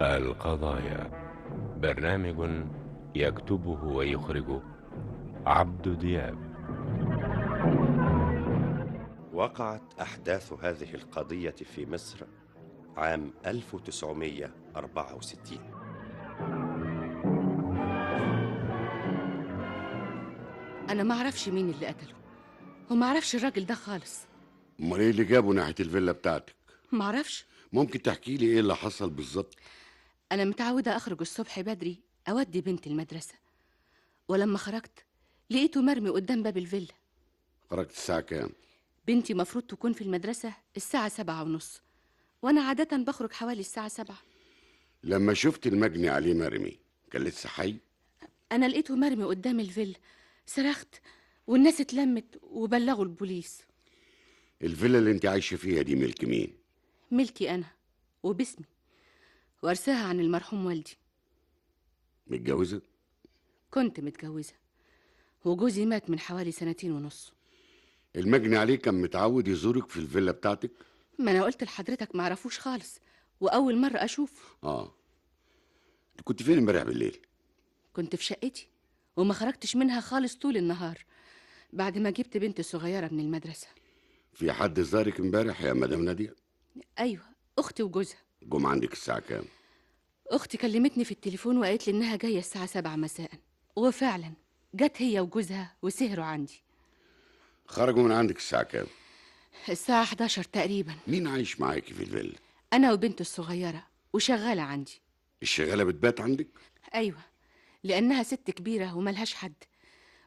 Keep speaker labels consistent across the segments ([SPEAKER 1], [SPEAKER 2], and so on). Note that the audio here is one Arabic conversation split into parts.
[SPEAKER 1] القضايا برنامج يكتبه ويخرجه عبد دياب
[SPEAKER 2] وقعت أحداث هذه القضية في مصر عام 1964
[SPEAKER 3] انا ما اعرفش مين اللي قتله وما اعرفش الراجل ده خالص
[SPEAKER 4] امال ايه اللي جابه ناحيه الفيلا بتاعتك
[SPEAKER 3] ما اعرفش
[SPEAKER 4] ممكن تحكي لي ايه اللي حصل بالظبط
[SPEAKER 3] انا متعوده اخرج الصبح بدري اودي بنتي المدرسه ولما خرجت لقيته مرمي قدام باب الفيلا
[SPEAKER 4] خرجت الساعه كام
[SPEAKER 3] بنتي مفروض تكون في المدرسه الساعه سبعة ونص وانا عاده بخرج حوالي الساعه سبعة
[SPEAKER 4] لما شفت المجني عليه مرمي كان لسه حي
[SPEAKER 3] انا لقيته مرمي قدام الفيلا صرخت والناس اتلمت وبلغوا البوليس
[SPEAKER 4] الفيلا اللي انت عايشه فيها دي ملك مين
[SPEAKER 3] ملكي انا وباسمي وارثاها عن المرحوم والدي
[SPEAKER 4] متجوزه
[SPEAKER 3] كنت متجوزه وجوزي مات من حوالي سنتين ونص
[SPEAKER 4] المجني عليه كان متعود يزورك في الفيلا بتاعتك
[SPEAKER 3] ما انا قلت لحضرتك معرفوش خالص واول مره اشوفه
[SPEAKER 4] اه انت كنت فين امبارح بالليل
[SPEAKER 3] كنت في شقتي وما خرجتش منها خالص طول النهار بعد ما جبت بنتي الصغيره من المدرسه
[SPEAKER 4] في حد زارك امبارح يا مدام ناديه
[SPEAKER 3] ايوه اختي وجوزها
[SPEAKER 4] جم عندك الساعه كام
[SPEAKER 3] اختي كلمتني في التليفون وقالت لي انها جايه الساعه سبعة مساء وفعلا جت هي وجوزها وسهروا عندي
[SPEAKER 4] خرجوا من عندك الساعه كام
[SPEAKER 3] الساعه 11 تقريبا
[SPEAKER 4] مين عايش معاكي في الفيلا
[SPEAKER 3] انا وبنتي الصغيره وشغاله عندي
[SPEAKER 4] الشغاله بتبات عندك
[SPEAKER 3] ايوه لانها ست كبيره وملهاش حد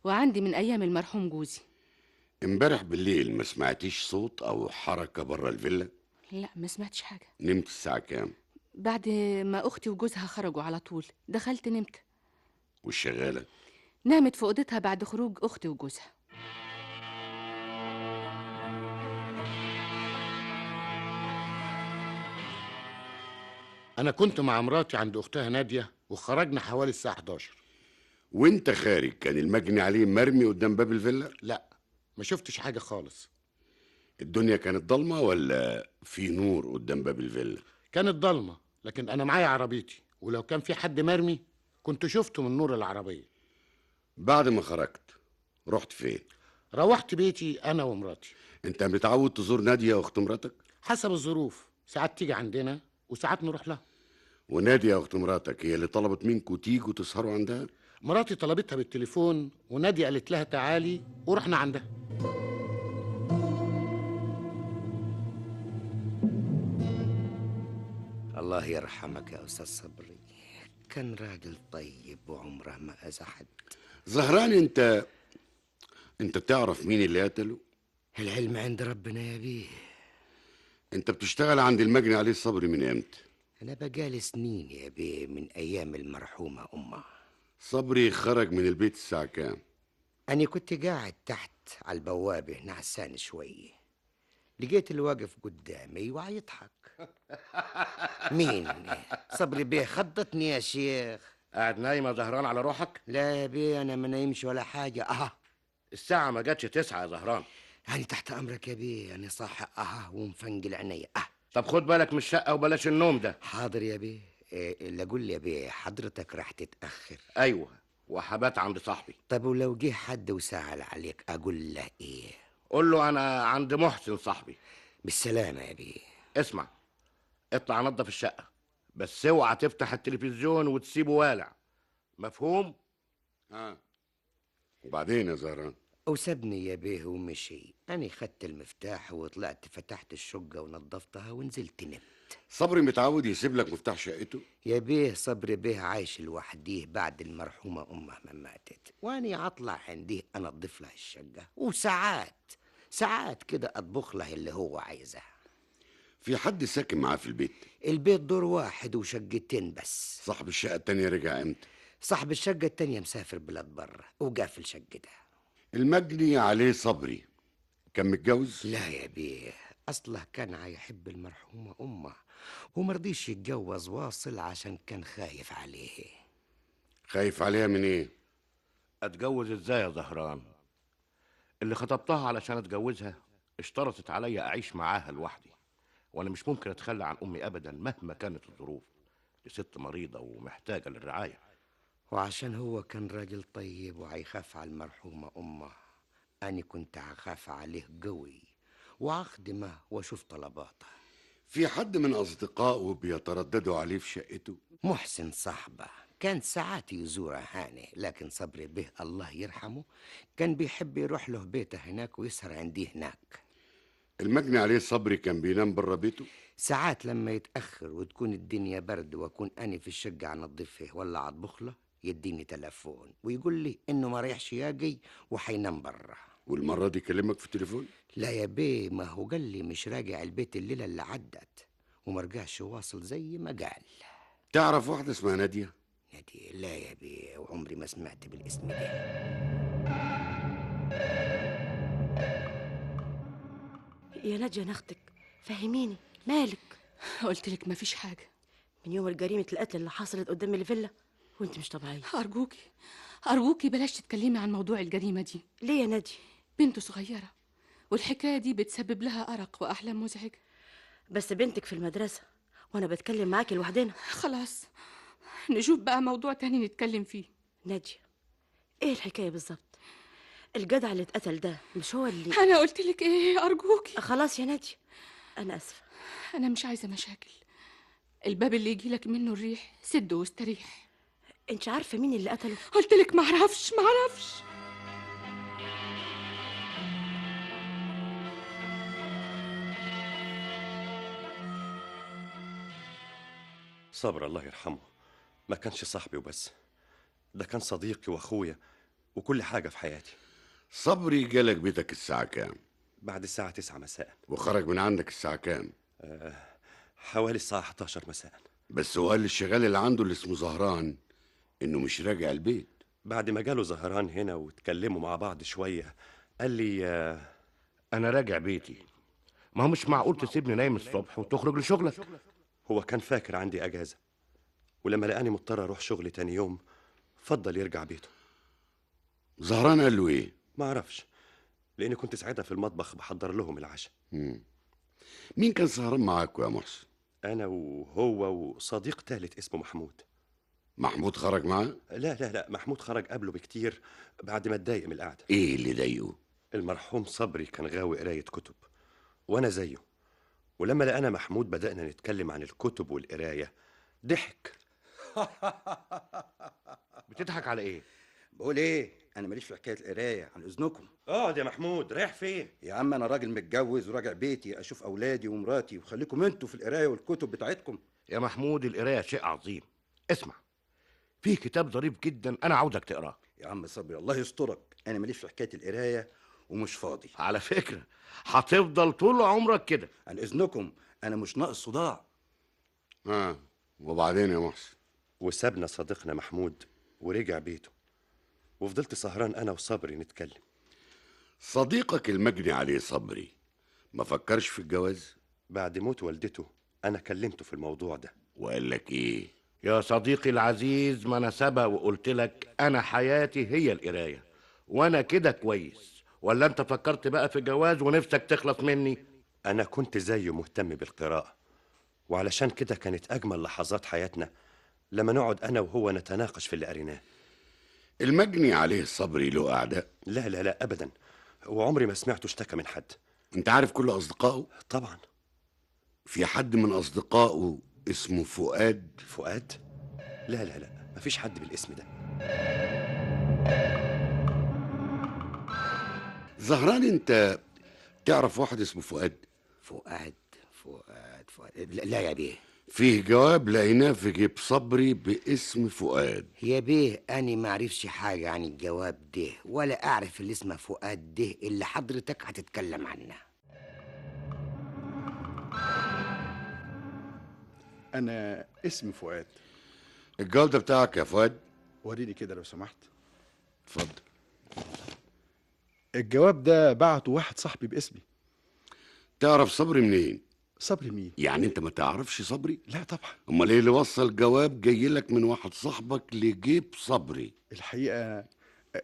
[SPEAKER 3] وعندي من ايام المرحوم جوزي
[SPEAKER 4] امبارح بالليل ما سمعتيش صوت او حركه بره الفيلا
[SPEAKER 3] لا ما سمعتش حاجه
[SPEAKER 4] نمت الساعه كام
[SPEAKER 3] بعد ما اختي وجوزها خرجوا على طول دخلت نمت
[SPEAKER 4] والشغاله
[SPEAKER 3] نامت في اوضتها بعد خروج اختي وجوزها
[SPEAKER 5] أنا كنت مع مراتي عند أختها نادية وخرجنا حوالي الساعة 11
[SPEAKER 4] وانت خارج كان المجني عليه مرمي قدام باب الفيلا
[SPEAKER 5] لا ما شفتش حاجة خالص
[SPEAKER 4] الدنيا كانت ضلمه ولا في نور قدام باب الفيلا
[SPEAKER 5] كانت ضلمة لكن أنا معايا عربيتي ولو كان في حد مرمي كنت شفته من نور العربية
[SPEAKER 4] بعد ما خرجت رحت فين
[SPEAKER 5] روحت بيتي أنا ومراتي
[SPEAKER 4] انت متعود تزور ناديه اخت مراتك
[SPEAKER 5] حسب الظروف ساعات تيجي عندنا وساعات نروح لها
[SPEAKER 4] وناديه اخت مراتك هي اللي طلبت منكوا تيجوا تسهروا عندها
[SPEAKER 5] مراتي طلبتها بالتليفون ونادية قالت لها تعالي ورحنا عندها
[SPEAKER 6] الله يرحمك يا أستاذ صبري كان راجل طيب وعمره ما أذى حد
[SPEAKER 4] زهران انت انت تعرف مين اللي قتله
[SPEAKER 6] العلم عند ربنا يا بيه
[SPEAKER 4] انت بتشتغل عند المجني عليه صبري من امتى
[SPEAKER 6] أنا بقالي سنين يا بيه من أيام المرحومة أمه
[SPEAKER 4] صبري خرج من البيت الساعه كام
[SPEAKER 6] أنا كنت قاعد تحت على البوابة نعسان شوية لقيت الواقف قدامي وعيضحك مين صبري بيه خضتني يا شيخ
[SPEAKER 5] قاعد نايمة زهران على روحك
[SPEAKER 6] لا يا بيه أنا ما نايمش ولا حاجة أه
[SPEAKER 5] الساعة ما جاتش تسعة يا زهران
[SPEAKER 6] أنا تحت أمرك يا بيه أنا صاحي أه ومفنجل عينيا أه
[SPEAKER 5] طب خد بالك من الشقة وبلاش النوم ده
[SPEAKER 6] حاضر يا بيه إيه اللي أقول يا بيه حضرتك راح تتأخر
[SPEAKER 5] أيوة وحبات عند صاحبي
[SPEAKER 6] طب ولو جه حد وسأل عليك أقول له إيه
[SPEAKER 5] قول له أنا عند محسن صاحبي
[SPEAKER 6] بالسلامة يا بيه
[SPEAKER 5] اسمع اطلع نظف الشقة بس اوعى تفتح التلفزيون وتسيبه والع مفهوم؟
[SPEAKER 4] اه وبعدين يا زهران
[SPEAKER 6] وسابني يا بيه ومشي أنا خدت المفتاح وطلعت فتحت الشقة ونظفتها ونزلت نمت
[SPEAKER 4] صبري متعود يسيب لك مفتاح شقته
[SPEAKER 6] يا بيه صبري بيه عايش لوحديه بعد المرحومة أمه ما ماتت وأنا عطلع عنديه أنظف لها الشقة وساعات ساعات كده أطبخ له اللي هو عايزها
[SPEAKER 4] في حد ساكن معاه في البيت
[SPEAKER 6] البيت دور واحد وشقتين بس
[SPEAKER 4] صاحب الشقه التانيه رجع امتى
[SPEAKER 6] صاحب الشقة التانية مسافر بلاد بره وقافل شقتها
[SPEAKER 4] المجني عليه صبري كان متجوز
[SPEAKER 6] لا يا بيه أصله كان هيحب المرحومة أمه ومرضيش يتجوز واصل عشان كان خايف عليه
[SPEAKER 4] خايف عليها من ايه
[SPEAKER 5] اتجوز ازاي يا زهران؟ اللي خطبتها علشان اتجوزها اشترطت عليا اعيش معاها لوحدي وانا مش ممكن اتخلى عن امي ابدا مهما كانت الظروف دي ست مريضة ومحتاجة للرعاية
[SPEAKER 6] وعشان هو كان راجل طيب وهيخاف على المرحومة أمه أنا كنت هخاف عليه قوي وأخدمه وأشوف طلباته
[SPEAKER 4] في حد من أصدقائه بيترددوا عليه في شقته
[SPEAKER 6] محسن صاحبه كان ساعات يزوره هاني لكن صبري به الله يرحمه كان بيحب يروح له بيته هناك ويسهر عندي هناك
[SPEAKER 4] المجني عليه صبري كان بينام بره بيته
[SPEAKER 6] ساعات لما يتأخر وتكون الدنيا برد وأكون أنا في الشقة أنظف فيه ولا أطبخ له يديني تلفون ويقول لي إنه ما رايحش ياجي وحينام برا
[SPEAKER 4] والمرة دي كلمك في التليفون
[SPEAKER 6] لا يا بيه ما هو قال لي مش راجع البيت الليلة اللي عدت ومرجعش واصل زي ما قال
[SPEAKER 4] تعرف واحدة اسمها نادية
[SPEAKER 6] نادي لا يا بيه وعمري ما سمعت بالاسم ده
[SPEAKER 7] يا نادية نختك فهميني مالك
[SPEAKER 3] قلت لك مفيش حاجه
[SPEAKER 7] من يوم الجريمة القتل اللي حصلت قدام الفيلا وانت مش طبيعية
[SPEAKER 3] ارجوكي ارجوكي بلاش تتكلمي عن موضوع الجريمه دي
[SPEAKER 7] ليه يا نادية
[SPEAKER 3] بنته صغيره والحكايه دي بتسبب لها ارق واحلام مزعجه
[SPEAKER 7] بس بنتك في المدرسة وانا بتكلم معاكي لوحدنا
[SPEAKER 3] خلاص نشوف بقى موضوع تاني نتكلم فيه
[SPEAKER 7] نادية ايه الحكاية بالظبط الجدع اللي اتقتل ده مش هو اللي
[SPEAKER 3] انا قلت لك ايه ارجوكي
[SPEAKER 7] خلاص يا نادية انا اسفة
[SPEAKER 3] انا مش عايزه مشاكل الباب اللي يجيلك منه الريح سده واستريح
[SPEAKER 7] انت عارفة مين اللي قتله
[SPEAKER 3] قلت لك معرفش معرفش
[SPEAKER 2] صبر الله يرحمه ما كانش صاحبي وبس ده كان صديقي واخويا وكل حاجة في حياتي
[SPEAKER 4] صبري جالك بيتك الساعة كام
[SPEAKER 2] بعد الساعة 9 مساء
[SPEAKER 4] وخرج من عندك الساعة كام
[SPEAKER 2] حوالي الساعة 11 مساء
[SPEAKER 4] بس هو قال للشغال اللي عنده اللي اسمه زهران انه مش راجع البيت
[SPEAKER 2] بعد ما جاله زهران هنا واتكلموا مع بعض شوية قال لي آه،
[SPEAKER 5] أنا راجع بيتي ما هو مش معقول تسيبني نايم الصبح وتخرج لشغلك
[SPEAKER 2] هو كان فاكر عندي أجازة ولما لقاني مضطر أروح شغل تاني يوم فضل يرجع بيته
[SPEAKER 4] زهران قال له ايه
[SPEAKER 2] ما أعرفش لأني كنت ساعتها في المطبخ بحضر لهم العشاء
[SPEAKER 4] مم. مين كان سهران معاكوا يا محسن
[SPEAKER 2] أنا وهو وصديق تالت اسمه محمود
[SPEAKER 4] محمود خرج معاه
[SPEAKER 2] لا لا لا محمود خرج قبله بكتير بعد ما اتضايق من القعدة
[SPEAKER 4] ايه اللي ضايقه
[SPEAKER 2] المرحوم صبري كان غاوي قراية كتب وأنا زيه ولما لقانا محمود بدأنا نتكلم عن الكتب والقراية ضحك
[SPEAKER 5] بتضحك على ايه
[SPEAKER 8] بقول ايه انا ماليش في حكايه القرايه عن اذنكم
[SPEAKER 2] اقعد اه، يا محمود رايح فين
[SPEAKER 8] يا عم انا راجل متجوز وراجع بيتي اشوف اولادي ومراتي وخليكم انتوا في القرايه والكتب بتاعتكم
[SPEAKER 5] يا محمود القراية شيء عظيم اسمع في كتاب ظريف جدا أنا عاوزك تقراه
[SPEAKER 8] يا عم صبري الله يسترك انا ماليش في حكايه القرايه ومش فاضي
[SPEAKER 5] على فكرة هتفضل طول عمرك كده
[SPEAKER 8] عن اذنكم انا مش ناقص صداع
[SPEAKER 4] اه وبعدين يا محسن
[SPEAKER 2] وسابنا صديقنا محمود ورجع بيته وفضلت سهران أنا وصبري نتكلم
[SPEAKER 4] صديقك المجني عليه صبري ما فكرش في الجواز
[SPEAKER 2] بعد موت والدته أنا كلمته في الموضوع ده
[SPEAKER 4] وقال لك ايه
[SPEAKER 5] يا صديقي العزيز ما انا سبق وقلت لك انا حياتي هي القرايه وانا كده كويس ولا انت فكرت بقى في جواز ونفسك تخلص مني
[SPEAKER 2] أنا كنت زيه مهتم بالقراءة وعلشان كده كانت أجمل لحظات حياتنا لما نقعد أنا وهو نتناقش في اللي قريناه
[SPEAKER 4] المجني عليه صبري له اعداء
[SPEAKER 2] لا لا لا أبدا وعمري ما سمعته اشتكى من حد
[SPEAKER 4] انت عارف كل اصدقائه
[SPEAKER 2] طبعا
[SPEAKER 4] في حد من اصدقائه اسمه فؤاد
[SPEAKER 2] فؤاد لا لا لا مفيش حد بالاسم ده
[SPEAKER 4] زهران انت تعرف واحد اسمه فؤاد
[SPEAKER 6] فؤاد فؤاد فؤاد لا, لا يا بيه
[SPEAKER 4] فيه جواب لقيناه في جيب صبري باسم فؤاد
[SPEAKER 6] يا بيه أنا ما أعرفش حاجة عن الجواب ده ولا أعرف اللي اسمه فؤاد ده اللي حضرتك هتتكلم عنه
[SPEAKER 9] أنا اسمي فؤاد
[SPEAKER 4] الجواب ده بتاعك يا فؤاد
[SPEAKER 9] وريني كده لو سمحت
[SPEAKER 4] اتفضل
[SPEAKER 9] الجواب ده بعته واحد صاحبي باسمي
[SPEAKER 4] تعرف صبري منين
[SPEAKER 9] صبري مين
[SPEAKER 4] يعني انت ما تعرفش صبري
[SPEAKER 9] لا طبعا
[SPEAKER 4] امال ايه اللي وصل جواب جاي لك من واحد صاحبك لجيب صبري
[SPEAKER 9] الحقيقة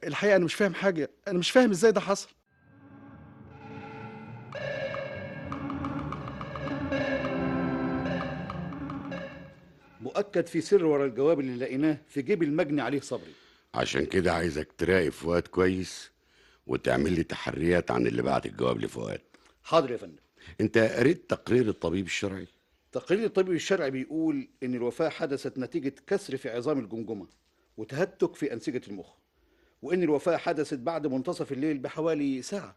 [SPEAKER 9] الحقيقة أنا مش فاهم حاجة أنا مش فاهم إزاي ده حصل
[SPEAKER 10] وأكد في سر ورا الجواب اللي لقيناه في جيب المجني عليه صبري
[SPEAKER 4] عشان كده عايزك تراقب فؤاد كويس وتعمل لي تحريات عن اللي بعت الجواب لفؤاد
[SPEAKER 10] حاضر يا فندم
[SPEAKER 4] انت قريت تقرير الطبيب الشرعي
[SPEAKER 10] تقرير الطبيب الشرعي بيقول إن الوفاة حدثت نتيجة كسر في عظام الجمجمة وتهتك في أنسجة المخ وإن الوفاة حدثت بعد منتصف الليل بحوالي ساعة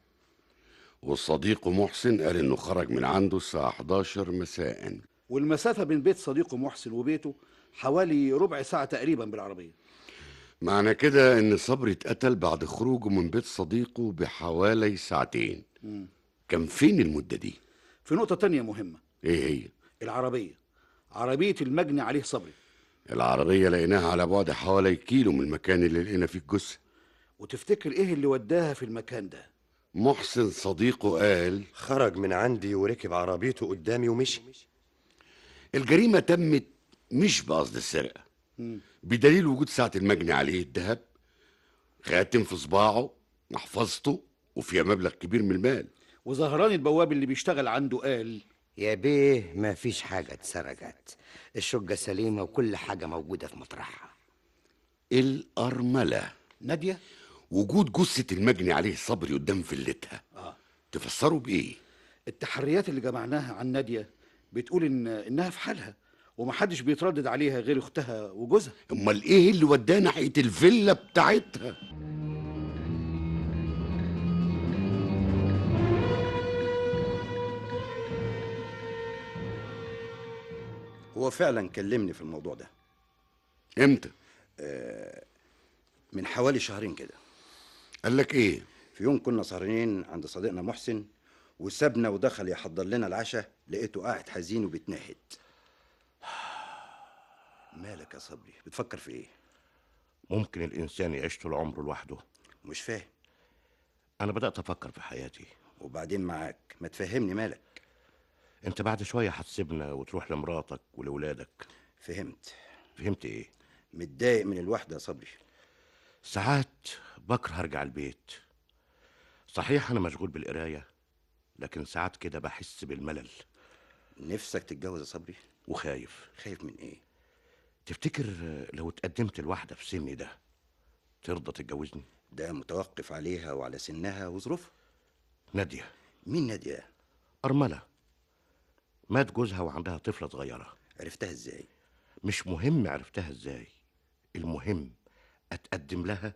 [SPEAKER 4] والصديق محسن قال انه خرج من عنده الساعة 11 مساء
[SPEAKER 10] والمسافة بين بيت صديقه محسن وبيته حوالي ربع ساعة تقريبا بالعربية
[SPEAKER 4] معنى كده ان صبري اتقتل بعد خروجه من بيت صديقه بحوالي ساعتين
[SPEAKER 10] مم.
[SPEAKER 4] كان فين المدة دي؟
[SPEAKER 10] في نقطة تانية مهمة
[SPEAKER 4] ايه هي؟
[SPEAKER 10] العربية عربية المجني عليه صبري
[SPEAKER 4] العربية لقيناها على بعد حوالي كيلو من المكان اللي لقينا فيه الجثة
[SPEAKER 10] وتفتكر ايه اللي وداها في المكان ده
[SPEAKER 4] محسن صديقه قال
[SPEAKER 2] خرج من عندي وركب عربيته قدامي ومشي
[SPEAKER 4] الجريمة تمت مش بقصد السرقة
[SPEAKER 10] مم.
[SPEAKER 4] بدليل وجود ساعة المجني عليه الذهب خاتم في صباعه محفظته وفيها مبلغ كبير من المال
[SPEAKER 10] وزهران البواب اللي بيشتغل عنده قال
[SPEAKER 6] يا بيه ما فيش حاجة اتسرقت الشقة سليمة وكل حاجة موجودة في مطرحها
[SPEAKER 4] الأرملة
[SPEAKER 10] نادية
[SPEAKER 4] وجود جثة المجني عليه صبري قدام فيلتها
[SPEAKER 10] آه.
[SPEAKER 4] تفسروا بإيه؟
[SPEAKER 10] التحريات اللي جمعناها عن نادية بتقول إن إنها في حالها ومحدش بيتردد عليها غير أختها وجوزها
[SPEAKER 4] أمال إيه اللي وداه ناحية الفيلا بتاعتها؟
[SPEAKER 8] هو فعلا كلمني في الموضوع ده
[SPEAKER 4] إمتى؟
[SPEAKER 8] آه، من حوالي شهرين كده
[SPEAKER 4] قال لك إيه؟
[SPEAKER 8] في يوم كنا سهرانين عند صديقنا محسن وسابنا ودخل يحضر لنا العشاء لقيته قاعد حزين وبيتنهد مالك يا صبري بتفكر في ايه
[SPEAKER 5] ممكن الإنسان يعيش طول عمره لوحده
[SPEAKER 8] مش فاهم
[SPEAKER 5] أنا بدأت أفكر في حياتي
[SPEAKER 8] وبعدين معاك ما تفهمني مالك
[SPEAKER 5] أنت بعد شوية هتسيبنا وتروح لمراتك ولولادك
[SPEAKER 8] فهمت
[SPEAKER 5] فهمت إيه؟
[SPEAKER 8] متضايق من الوحده يا صبري
[SPEAKER 5] ساعات بكره أرجع البيت صحيح أنا مشغول بالقراية لكن ساعات كده بحس بالملل
[SPEAKER 8] نفسك تتجوز يا صبري
[SPEAKER 5] وخايف
[SPEAKER 8] خايف من ايه
[SPEAKER 5] تفتكر لو اتقدمت الواحدة في سني ده ترضى تتجوزني؟
[SPEAKER 8] ده متوقف عليها وعلى سنها وظروفها
[SPEAKER 5] نادية
[SPEAKER 8] مين ناديه
[SPEAKER 5] أرملة مات جوزها وعندها طفلة صغيرة
[SPEAKER 8] عرفتها ازاي
[SPEAKER 5] مش مهم عرفتها ازاي المهم اتقدم لها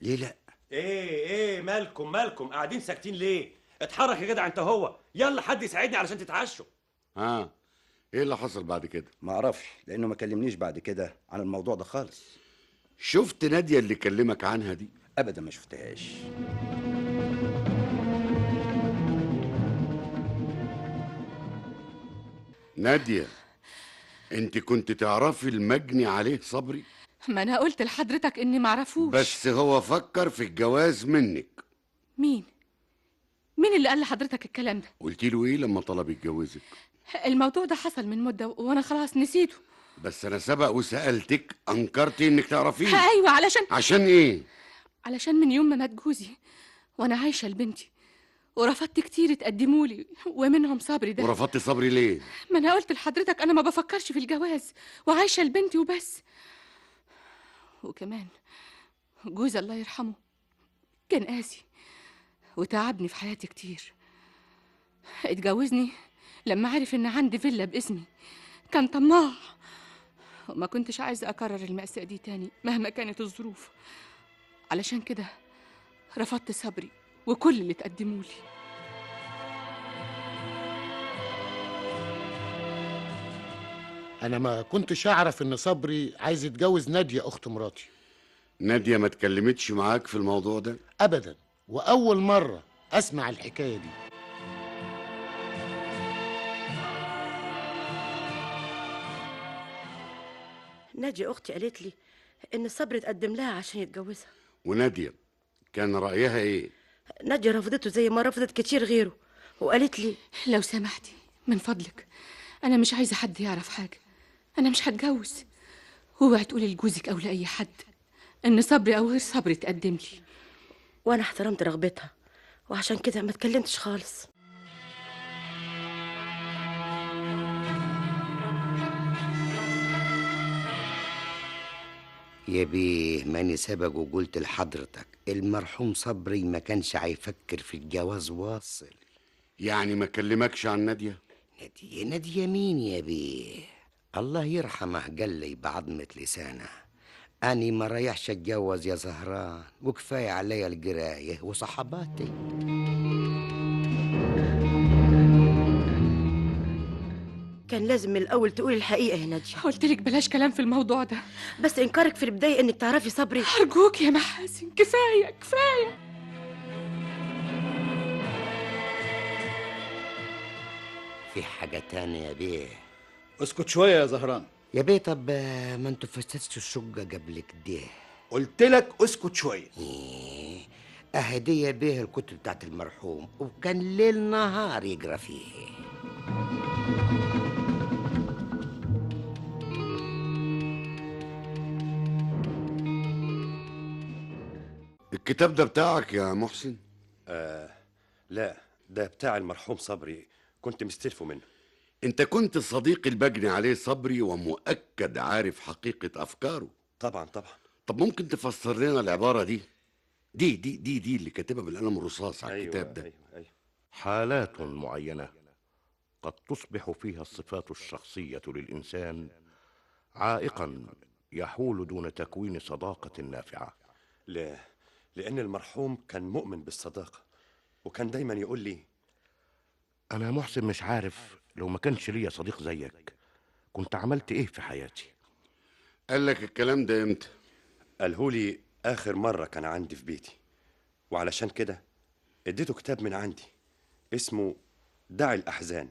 [SPEAKER 8] ليه لا
[SPEAKER 11] ايه ايه مالكم مالكم قاعدين ساكتين ليه اتحرك يا جدع انت هو يلا حد يساعدني علشان تتعشوا
[SPEAKER 4] ها آه. إيه اللي حصل بعد كده؟
[SPEAKER 8] ما اعرفش لانه ما كلمنيش بعد كده عن الموضوع ده خالص
[SPEAKER 4] شفت نادية اللي كلمك عنها دي؟
[SPEAKER 8] ابدا ما شفتهاش
[SPEAKER 4] نادية انت كنت تعرفي المجني عليه صبري
[SPEAKER 3] ما انا قلت لحضرتك اني معرفوش
[SPEAKER 4] بس هو فكر في الجواز منك
[SPEAKER 3] مين مين اللي قال لحضرتك الكلام ده
[SPEAKER 4] قلتي له ايه لما طلب يتجوزك
[SPEAKER 3] الموضوع ده حصل من مده وانا خلاص نسيته
[SPEAKER 4] بس انا سبق وسالتك انكرتي انك تعرفيه
[SPEAKER 3] ايوه علشان
[SPEAKER 4] عشان ايه
[SPEAKER 3] علشان من يوم ما مات جوزي وانا عايشه لبنتي ورفضت كتير تقدمولي ومنهم صبري ده
[SPEAKER 4] ورفضتي صبري ليه
[SPEAKER 3] ما انا قلت لحضرتك انا ما بفكرش في الجواز وعايشه لبنتي وبس وكمان جوزي الله يرحمه كان قاسي وتعبني في حياتي كتير اتجوزني لما عرف ان عندي فيلا باسمي كان طماع وما كنتش عايزه اكرر المأساة دي تاني مهما كانت الظروف علشان كده رفضت صبري وكل اللي تقدمولي
[SPEAKER 12] انا ما كنتش اعرف ان صبري عايز يتجوز ناديه اخت مراتي
[SPEAKER 4] نادية ما اتكلمتش معاك في الموضوع ده
[SPEAKER 12] ابدا واول مره اسمع الحكايه دي
[SPEAKER 7] نادية أختي قالت لي إن صبري اتقدم لها عشان يتجوزها
[SPEAKER 4] ونادية كان رايها ايه
[SPEAKER 7] نادية رفضته زي ما رفضت كتير غيره وقالت لي
[SPEAKER 3] لو سمحتي من فضلك انا مش عايزه حد يعرف حاجه انا مش هتجوز اوعي تقولي لجوزك او لاي حد ان صبري او غير صبري تقدم لي
[SPEAKER 7] وأنا احترمت رغبتها وعشان كده ما اتكلمتش خالص
[SPEAKER 6] يا بيه ماني سبق وقلت لحضرتك المرحوم صبري ما كانش هيفكر في الجواز واصل
[SPEAKER 4] يعني ما كلمكش عن ناديه
[SPEAKER 6] ناديه ناديه مين يا بيه الله يرحمه قلي بعضمة لسانه أني ما رايحش أتجوز يا زهران وكفاية عليا القراية وصحباتي
[SPEAKER 7] كان لازم من الاول تقولي الحقيقه يا ناديه
[SPEAKER 3] قلت لك بلاش كلام في الموضوع ده
[SPEAKER 7] بس انكارك في البدايه انك تعرفي صبري
[SPEAKER 3] ارجوك يا محاسن كفايه كفايه
[SPEAKER 6] في حاجة تانية يا بيه
[SPEAKER 10] اسكت شويه يا زهران
[SPEAKER 6] يا بيه طب آه، ما انتوا فسدتوا الشقة قبل كده
[SPEAKER 10] قلت لك اسكت شويه
[SPEAKER 6] إيه، أهدية بيه الكتب بتاعت المرحوم وكان ليل نهار يقرا فيه
[SPEAKER 4] الكتاب ده بتاعك يا محسن
[SPEAKER 2] آه لا ده بتاع المرحوم صبري كنت مستلفه منه
[SPEAKER 4] انت كنت صديق البجني عليه صبري ومؤكد عارف حقيقه افكاره
[SPEAKER 2] طبعا طبعا
[SPEAKER 4] طب ممكن تفسر لنا العباره دي دي دي دي دي اللي كاتبها بالقلم الرصاص
[SPEAKER 2] أيوة،
[SPEAKER 4] على الكتاب ده
[SPEAKER 5] حالات معينه قد تصبح فيها الصفات الشخصيه للانسان عائقا يحول دون تكوين صداقه نافعه
[SPEAKER 2] ل... لأن المرحوم كان مؤمن بالصداقة وكان دايما يقول لي
[SPEAKER 5] انا يا محسن مش عارف لو ما كانش ليا صديق زيك كنت عملت ايه في حياتي
[SPEAKER 4] قال لك الكلام ده امتى
[SPEAKER 2] قالهولي آخر مرة كان عندي في بيتي وعلشان كده اديته كتاب من عندي اسمه داعي الأحزان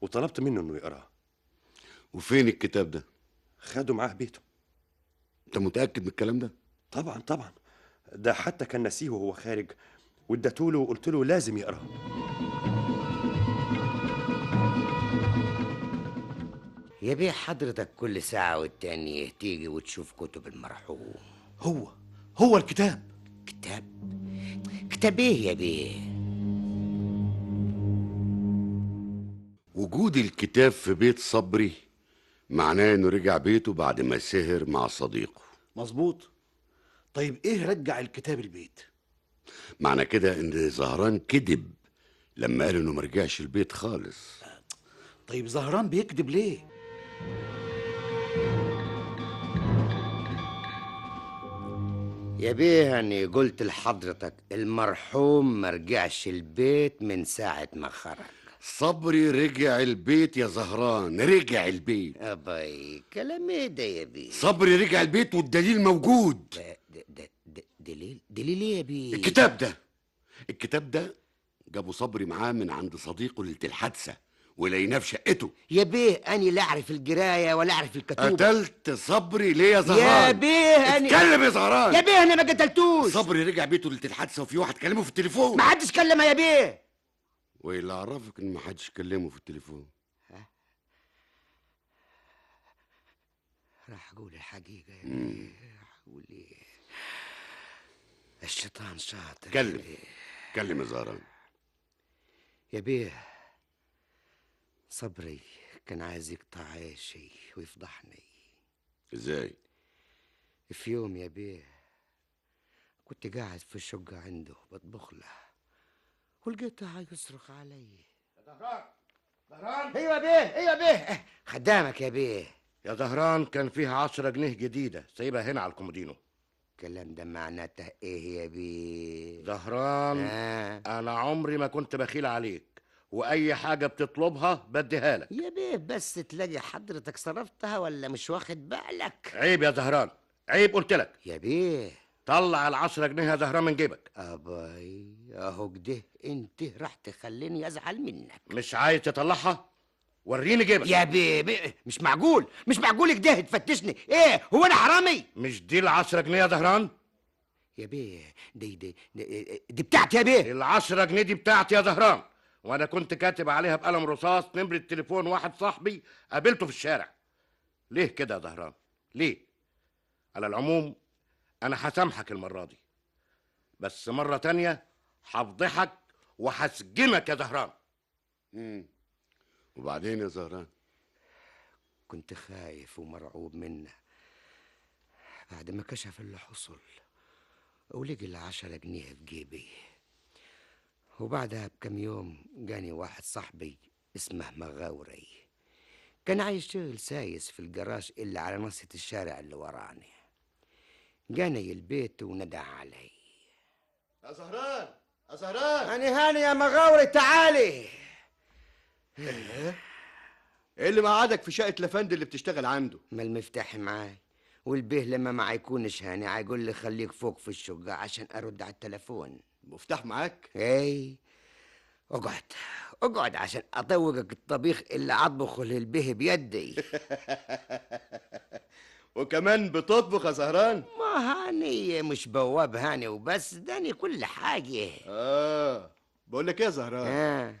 [SPEAKER 2] وطلبت منه إنه يقراه
[SPEAKER 4] وفين الكتاب ده
[SPEAKER 2] خده معاه بيته
[SPEAKER 4] انت متاكد من الكلام ده
[SPEAKER 2] طبعا طبعا ده حتى كان نسيه وهو خارج واديتهوله وقلت له لازم يقراه
[SPEAKER 6] يا بيه حضرتك كل ساعة والتانية تيجي وتشوف كتب المرحوم
[SPEAKER 10] هو هو الكتاب
[SPEAKER 6] كتاب كتاب ايه يا بيه
[SPEAKER 4] وجود الكتاب في بيت صبري معناه انه رجع بيته بعد ما سهر مع صديقه
[SPEAKER 10] مظبوط طيب ايه رجع الكتاب البيت
[SPEAKER 4] معنى كده ان زهران كذب لما قال انه مرجعش البيت خالص
[SPEAKER 10] طيب زهران بيكذب ليه
[SPEAKER 6] يا بيه أني قلت لحضرتك المرحوم مرجعش البيت من ساعة ما خرج
[SPEAKER 4] صبري رجع البيت يا زهران رجع البيت
[SPEAKER 6] أبي كلام ايه ده يا بيه
[SPEAKER 4] صبري رجع البيت والدليل موجود
[SPEAKER 6] دليل دليل ايه يا بيه
[SPEAKER 4] الكتاب ده الكتاب ده جابه صبري معاه من عند صديقه ليله الحادثه ولقيناه في شقته
[SPEAKER 6] يا بيه أني لا أعرف القراية ولا أعرف الكتوبة
[SPEAKER 4] قتلت صبري ليه يا زهران
[SPEAKER 6] يا بيه أني
[SPEAKER 4] اتكلم يا زهران
[SPEAKER 6] يا بيه أنا ما قتلتوش
[SPEAKER 4] صبري رجع بيته ليله الحادثه وفي واحد كلمه في التليفون
[SPEAKER 6] ما حدش كلمها يا بيه
[SPEAKER 4] وايه اللي عرفك ان محدش كلمه في التليفون
[SPEAKER 6] راح أقول الحقيقة يا
[SPEAKER 4] مم.
[SPEAKER 6] بيه راح أقول إيه الشيطان شاطر يا
[SPEAKER 4] اتكلم
[SPEAKER 6] بيه.
[SPEAKER 4] اتكلم يا زهران
[SPEAKER 6] يا بيه صبري كان عايز يقطع عيشي ويفضحني
[SPEAKER 4] ازاي
[SPEAKER 6] في يوم يا بيه كنت قاعد في الشقة عنده بطبخ له ولقيته هيصرخ علي
[SPEAKER 10] زهران
[SPEAKER 6] ايوه يا بيه ايوه يا بيه خدامك يا بيه
[SPEAKER 5] يا زهران كان فيها عشرة جنيه جديدة سايبها هنا على الكومودينو
[SPEAKER 6] الكلام ده معناته ايه يا بيه
[SPEAKER 5] زهران
[SPEAKER 6] آه.
[SPEAKER 5] أنا عمري ما كنت بخيل عليك وأي حاجة بتطلبها بديها لك
[SPEAKER 6] يا بيه بس تلاقي حضرتك صرفتها ولا مش واخد بالك
[SPEAKER 5] عيب يا زهران عيب قلت لك
[SPEAKER 6] يا بيه
[SPEAKER 5] طلع العشرة جنيه يا زهران من جيبك
[SPEAKER 6] اباي اهو كده انت راح تخليني ازعل منك
[SPEAKER 5] مش عايز تطلعها وريني جيبك
[SPEAKER 6] يا بيه بيه مش معقول مش معقول كده تفتشني ايه هو انا حرامي
[SPEAKER 5] مش دي العشرة جنيه يا زهران
[SPEAKER 6] يا بيه دي دي دي, دي بتاعتي يا بيه
[SPEAKER 5] العشرة جنيه دي بتاعتي يا زهران وأنا كنت كاتب عليها بقلم رصاص نمرة تليفون واحد صاحبي قابلته في الشارع ليه كده يا زهران ليه على العموم أنا هسامحك المرة دي بس مرة تانية هفضحك وهسجنك يا زهران
[SPEAKER 4] مم. وبعدين يا زهران
[SPEAKER 6] كنت خايف ومرعوب منه بعد ما كشف اللي حصل ولقي العشرة جنيه في جيبي وبعدها بكم يوم جاني واحد صاحبي اسمه مغاوري كان عايز يشتغل سايس في الجراج اللي على نصة الشارع اللي وراني جاني البيت وندى علي
[SPEAKER 4] يا زهران يا زهران
[SPEAKER 6] هاني هاني يا مغاوري تعالي
[SPEAKER 4] ايه اللي مقعدك في شقه لافند اللي بتشتغل عنده
[SPEAKER 6] ما المفتاح معاي والبيه لما ما يكونش هاني هيقول لي خليك فوق في الشقة عشان ارد على التليفون
[SPEAKER 4] مفتاح معاك
[SPEAKER 6] اي اقعد اقعد عشان اطوقك الطبيخ اللي اطبخه للبيه بيدي
[SPEAKER 4] وكمان بتطبخ يا زهران
[SPEAKER 6] ما هاني مش بواب هاني وبس داني كل حاجة
[SPEAKER 4] اه بقول لك ايه يا زهران
[SPEAKER 6] آه.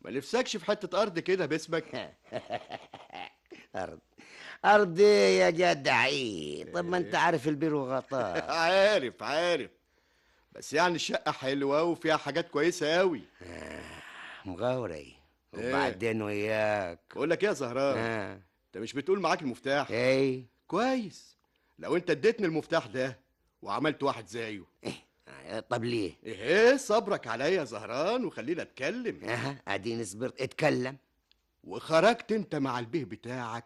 [SPEAKER 4] ما نفسكش في حته ارض كده باسمك
[SPEAKER 6] أرض أرض إيه يا جدع إيه طب ما أنت عارف البير وغطاه
[SPEAKER 4] عارف عارف بس يعني الشقه حلوه وفيها حاجات كويسه قوي
[SPEAKER 6] مغاوري
[SPEAKER 4] إيه؟
[SPEAKER 6] وبعدين وياك
[SPEAKER 4] بقول لك ايه يا زهران
[SPEAKER 6] آه.
[SPEAKER 4] انت مش بتقول معاك
[SPEAKER 5] إيه؟
[SPEAKER 4] المفتاح
[SPEAKER 6] ايه
[SPEAKER 4] كويس لو انت اديتني المفتاح ده وعملت واحد زيه
[SPEAKER 6] إيه. طب ليه؟
[SPEAKER 4] ايه صبرك عليا يا زهران وخلينا اتكلم
[SPEAKER 5] آه.
[SPEAKER 6] اها اديني صبرت اتكلم
[SPEAKER 4] وخرجت انت مع البيه بتاعك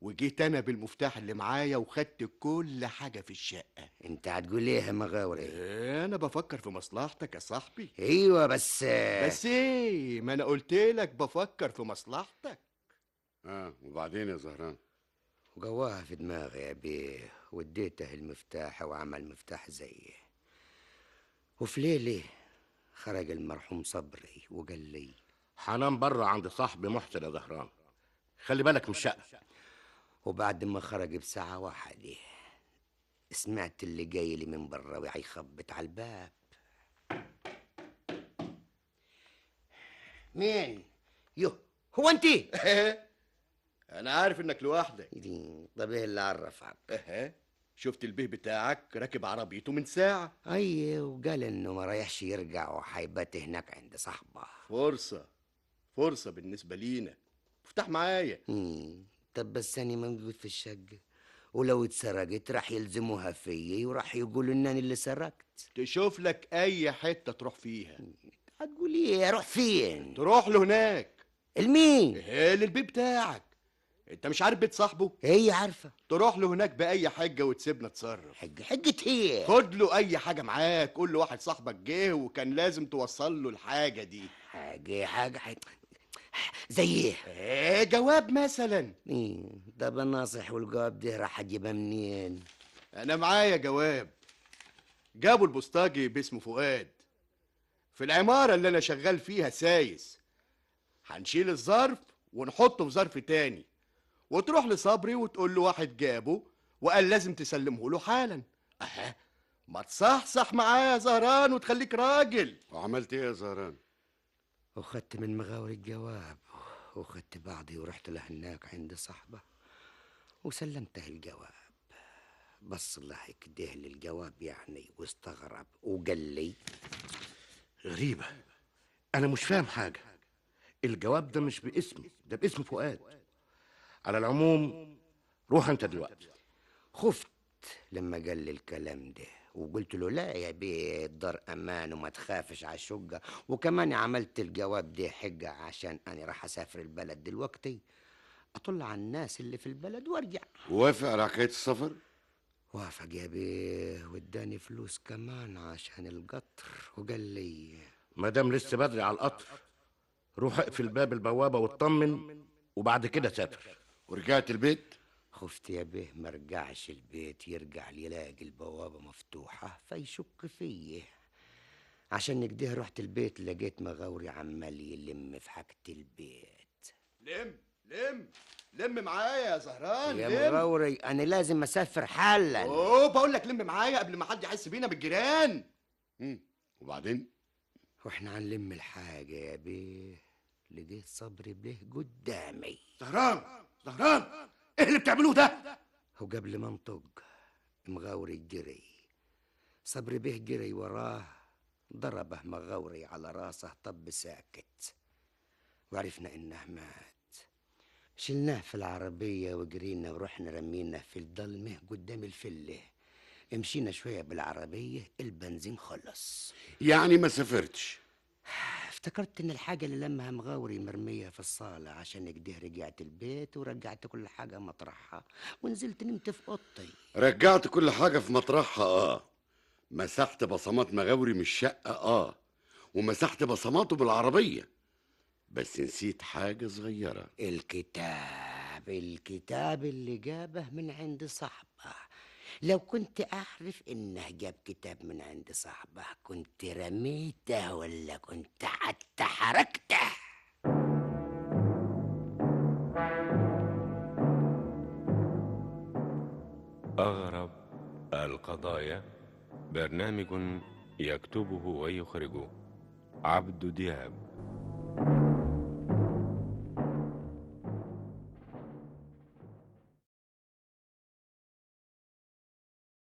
[SPEAKER 4] وجيت انا بالمفتاح اللي معايا وخدت كل حاجه في الشقه
[SPEAKER 6] أنت هتقول إيه يا مغاوري
[SPEAKER 4] إيه، انا بفكر في مصلحتك يا صاحبي
[SPEAKER 6] أيوة بس آه،
[SPEAKER 4] بس ايه ما انا قلت لك بفكر في مصلحتك
[SPEAKER 13] آه،
[SPEAKER 14] اه وبعدين يا زهران
[SPEAKER 6] جواها في دماغي يا بيه واديته المفتاح وعمل مفتاح زيه وفي ليلة خرج المرحوم صبري وقال لي
[SPEAKER 13] حنان بره عند صاحبي محسن يا زهران خلي بالك من الشقه
[SPEAKER 6] وبعد ما خرج بساعة واحدة سمعت اللي جاي لي من برا وهيخبط على الباب مين؟ يو هو انت
[SPEAKER 4] انا عارف انك لوحدك
[SPEAKER 6] طب ايه اللي عرفك
[SPEAKER 4] اها شفت البيه بتاعك راكب عربيته من ساعه
[SPEAKER 6] اي طيب، وقال انه ما رايحش يرجع وحيبات هناك عند صاحبه
[SPEAKER 4] فرصه فرصه بالنسبه لينا افتح معايا
[SPEAKER 6] مم. طب بس انا موجود في الشقه ولو اتسرقت راح يلزموها فيي وراح يقولوا ان انا اللي سرقت
[SPEAKER 4] تشوف لك اي حته تروح فيها
[SPEAKER 6] هتقول ايه اروح فين
[SPEAKER 4] تروح له هناك
[SPEAKER 6] المين
[SPEAKER 4] ايه للبيه بتاعك انت مش عارف بيت صاحبه
[SPEAKER 6] هي عارفه
[SPEAKER 4] تروح له هناك باي حاجه وتسيبنا نتصرف
[SPEAKER 6] حجه حجه هي
[SPEAKER 4] خد له اي حاجه معاك قول له واحد صاحبك جه وكان لازم توصل له الحاجه دي
[SPEAKER 6] حاجه حاجه حاجة. زي ايه
[SPEAKER 4] ايه جواب مثلا
[SPEAKER 6] مم. طب الناصح والجواب ده راح اجيبها منين
[SPEAKER 4] انا معايا جواب جابوا البوسطاجي باسمه فؤاد في العماره اللي انا شغال فيها سايس هنشيل الظرف ونحطه في ظرف تاني وتروح لصبري وتقول له واحد جابه وقال لازم تسلمه له حالا اها ما تصحصح معايا يا زهران وتخليك راجل
[SPEAKER 14] وعملت ايه يا زهران
[SPEAKER 6] وخدت من مغاوري الجواب وخدت بعضي ورحت لهناك عند صاحبه وسلمته الجواب بص الله كده للجواب يعني واستغرب وقال لي
[SPEAKER 13] غريبة أنا مش فاهم حاجة الجواب ده مش باسمي ده باسم فؤاد على العموم روح أنت دلوقتي
[SPEAKER 6] خفت لما قال لي الكلام ده وقلت له لا يا بيه الدار امان وما تخافش على الشقه وكمان عملت الجواب ده حجه عشان انا راح اسافر البلد دلوقتي اطل على الناس اللي في البلد وارجع
[SPEAKER 14] وافق على حكايه السفر
[SPEAKER 6] وافق يا بيه واداني فلوس كمان عشان القطر وقال لي
[SPEAKER 13] مادام لسه بدري على القطر روح اقفل باب البوابة واطمن وبعد كده سافر
[SPEAKER 14] ورجعت البيت
[SPEAKER 6] خفت يا بيه ما رجعش البيت يرجع يلاقي البوابة مفتوحة فيشك فيه عشان كده رحت البيت لقيت مغاوري عمال يلم في حاجة البيت
[SPEAKER 4] لم لم لم معايا يا زهران
[SPEAKER 6] يا
[SPEAKER 4] لم
[SPEAKER 6] مغاوري أنا لازم أسافر حالا
[SPEAKER 4] اوه بقول لك لم معايا قبل ما حد يحس بينا بالجيران
[SPEAKER 14] وبعدين
[SPEAKER 6] واحنا هنلم الحاجة يا بيه لقيت صبري بيه قدامي
[SPEAKER 4] زهران زهران ايه اللي بتعملوه ده
[SPEAKER 6] وقبل ما انطق مغاوري جري صبري به جري وراه ضربه مغاوري على راسه طب ساكت وعرفنا انه مات شلناه في العربية وجرينا ورحنا رمينا في الضلمة قدام الفلة مشينا شوية بالعربية البنزين خلص
[SPEAKER 4] يعني ما سافرتش
[SPEAKER 6] افتكرت ان الحاجة اللي لمها مغاوري مرمية في الصالة عشان كده رجعت البيت ورجعت كل حاجة مطرحها ونزلت نمت في اوضتي
[SPEAKER 4] رجعت كل حاجة في مطرحها اه مسحت بصمات مغاوري من الشقة اه ومسحت بصماته بالعربية بس نسيت حاجة صغيرة
[SPEAKER 6] الكتاب الكتاب اللي جابه من عند صاحبه لو كنت أعرف إنه جاب كتاب من عند صاحبه كنت رميته ولا كنت حتى حركته
[SPEAKER 1] أغرب القضايا برنامج يكتبه ويخرجه عبد دياب